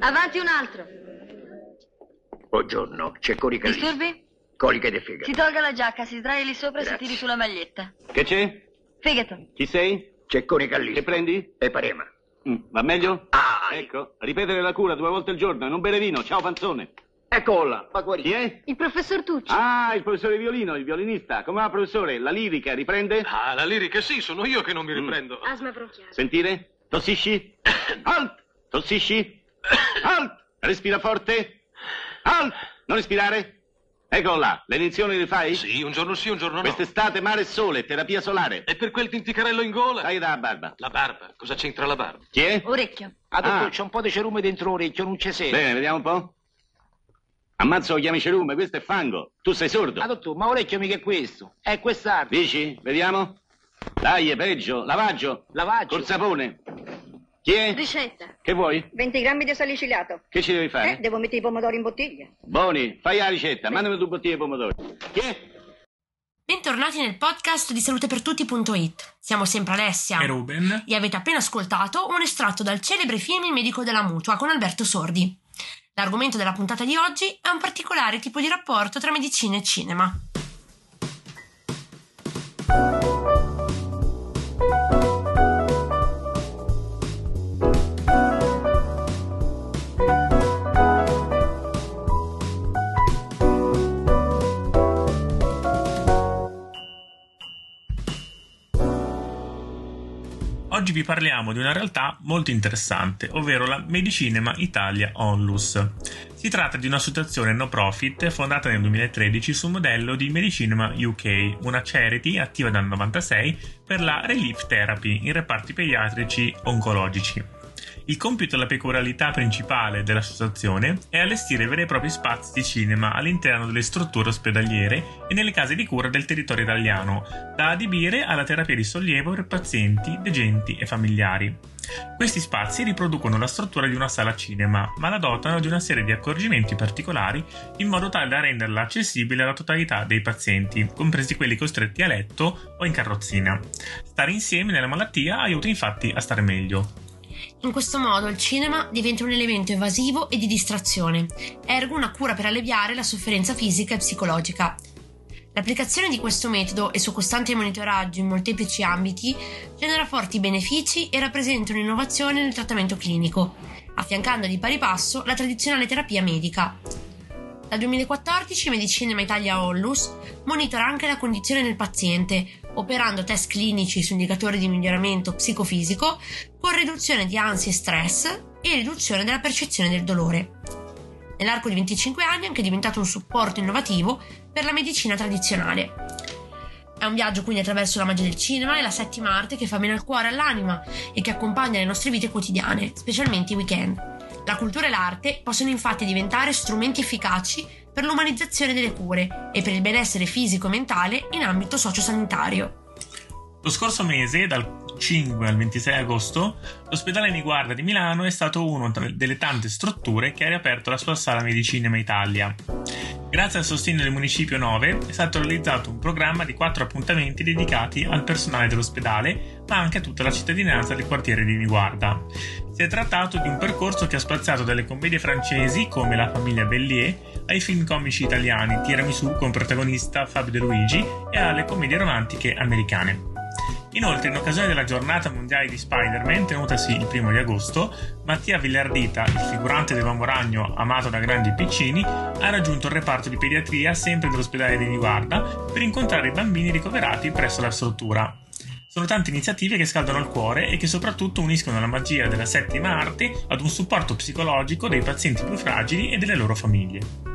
Avanti un altro. Buongiorno, c'è Corica lì. Disturbi? Corica di figa. Si tolga la giacca, si sdraia lì sopra e si Grazie. tiri sulla maglietta. Che c'è? Fegato. Chi sei? C'è Corica lì. Che prendi? E Parema. Mm, va meglio? Ah, Ecco, ripetere la cura due volte al giorno e non bere vino. Ciao Panzone. ecco Eccola, fa Chi guarire. è? Il professor Tucci. Ah, il professore Violino, il violinista. Come va, professore? La lirica riprende? Ah, la lirica sì, sono io che non mi riprendo. Asma bronchiale. Sentire? Tossisci? Alt! Tossisci? Alt! Respira forte? Alt! Non respirare? Ecco là, le lezioni le fai? Sì, un giorno sì, un giorno no. Eh, Quest'estate mare e sole, terapia solare. E per quel tinticarello in gola? Dai da barba. La barba, cosa c'entra la barba? Chi è? Orecchio. Ah, dottor, Ah. c'è un po' di cerume dentro l'orecchio, non c'è sera. Bene, vediamo un po'. Ammazzo lo chiami cerume, questo è fango. Tu sei sordo. Ah, dottor, ma orecchio mica è questo. È quest'altro. Dici? Vediamo. Dai, è peggio. Lavaggio. Lavaggio. Col sapone. Chi è? Ricetta. Che vuoi? 20 grammi di salicilato. Che ci devi Eh, fare? devo mettere i pomodori in bottiglia. Boni, fai la ricetta. Mandami due bottiglie di pomodori. Chi è? Bentornati nel podcast di salutepertutti.it. Siamo sempre Alessia E Ruben? e avete appena ascoltato un estratto dal celebre film Il medico della mutua con Alberto Sordi. L'argomento della puntata di oggi è un particolare tipo di rapporto tra medicina e cinema. Oggi vi parliamo di una realtà molto interessante, ovvero la Medicinema Italia Onlus. Si tratta di un'associazione no profit fondata nel 2013 sul modello di Medicinema UK, una charity attiva dal 96 per la relief therapy in reparti pediatrici oncologici. Il compito e la peculiarità principale dell'associazione è allestire veri e propri spazi di cinema all'interno delle strutture ospedaliere e nelle case di cura del territorio italiano, da adibire alla terapia di sollievo per pazienti, degenti e familiari. Questi spazi riproducono la struttura di una sala cinema, ma la dotano di una serie di accorgimenti particolari in modo tale da renderla accessibile alla totalità dei pazienti, compresi quelli costretti a letto o in carrozzina. Stare insieme nella malattia aiuta infatti a stare meglio. In questo modo il cinema diventa un elemento evasivo e di distrazione, ergo una cura per alleviare la sofferenza fisica e psicologica. L'applicazione di questo metodo e il suo costante monitoraggio in molteplici ambiti genera forti benefici e rappresenta un'innovazione nel trattamento clinico, affiancando di pari passo la tradizionale terapia medica. Dal 2014 Medicinema Italia Onlus monitora anche la condizione del paziente, operando test clinici su indicatori di miglioramento psicofisico con riduzione di ansia e stress e riduzione della percezione del dolore. Nell'arco di 25 anni è anche diventato un supporto innovativo per la medicina tradizionale. È un viaggio quindi attraverso la magia del cinema e la settima arte che fa bene al cuore e all'anima e che accompagna le nostre vite quotidiane, specialmente i weekend. La cultura e l'arte possono infatti diventare strumenti efficaci per l'umanizzazione delle cure e per il benessere fisico e mentale in ambito sociosanitario. Lo scorso mese, dal 5 al 26 agosto, l'ospedale Niguarda di Milano è stato una delle tante strutture che ha riaperto la sua sala Medicinema Italia. Grazie al sostegno del Municipio 9 è stato realizzato un programma di quattro appuntamenti dedicati al personale dell'ospedale, ma anche a tutta la cittadinanza del quartiere di Niguarda. Si è trattato di un percorso che ha spaziato dalle commedie francesi come La famiglia Bellier ai film comici italiani Tiramisù con protagonista Fabio De Luigi e alle commedie romantiche americane. Inoltre, in occasione della giornata mondiale di Spider-Man, tenutasi il primo di agosto, Mattia Villardita, il figurante dell'uomo ragno amato da grandi e piccini, ha raggiunto il reparto di pediatria sempre dell'ospedale di Niguarda per incontrare i bambini ricoverati presso la struttura. Sono tante iniziative che scaldano il cuore e che soprattutto uniscono la magia della settima arte ad un supporto psicologico dei pazienti più fragili e delle loro famiglie.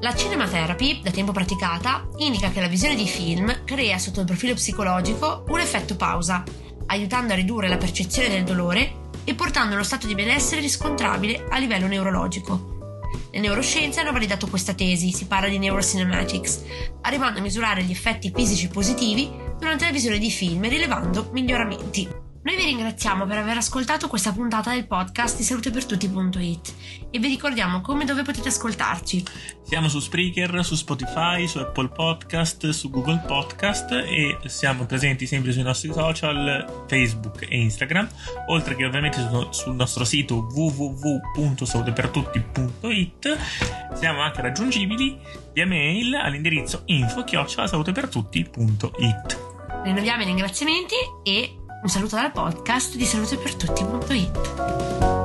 La cinema therapy, da tempo praticata, indica che la visione di film crea sotto il profilo psicologico un effetto pausa, aiutando a ridurre la percezione del dolore e portando uno stato di benessere riscontrabile a livello neurologico. Le neuroscienze hanno validato questa tesi, si parla di neurocinematics, arrivando a misurare gli effetti fisici positivi durante la visione di film e rilevando miglioramenti. Noi vi ringraziamo per aver ascoltato questa puntata del podcast di salutepertutti.it e vi ricordiamo come e dove potete ascoltarci. Siamo su Spreaker, su Spotify, su Apple Podcast, su Google Podcast e siamo presenti sempre sui nostri social Facebook e Instagram, oltre che ovviamente su- sul nostro sito www.salutepertutti.it. Siamo anche raggiungibili via mail all'indirizzo info-salutepertutti.it. Rinnoviamo i ringraziamenti e un saluto dal podcast di salutepertutti.it.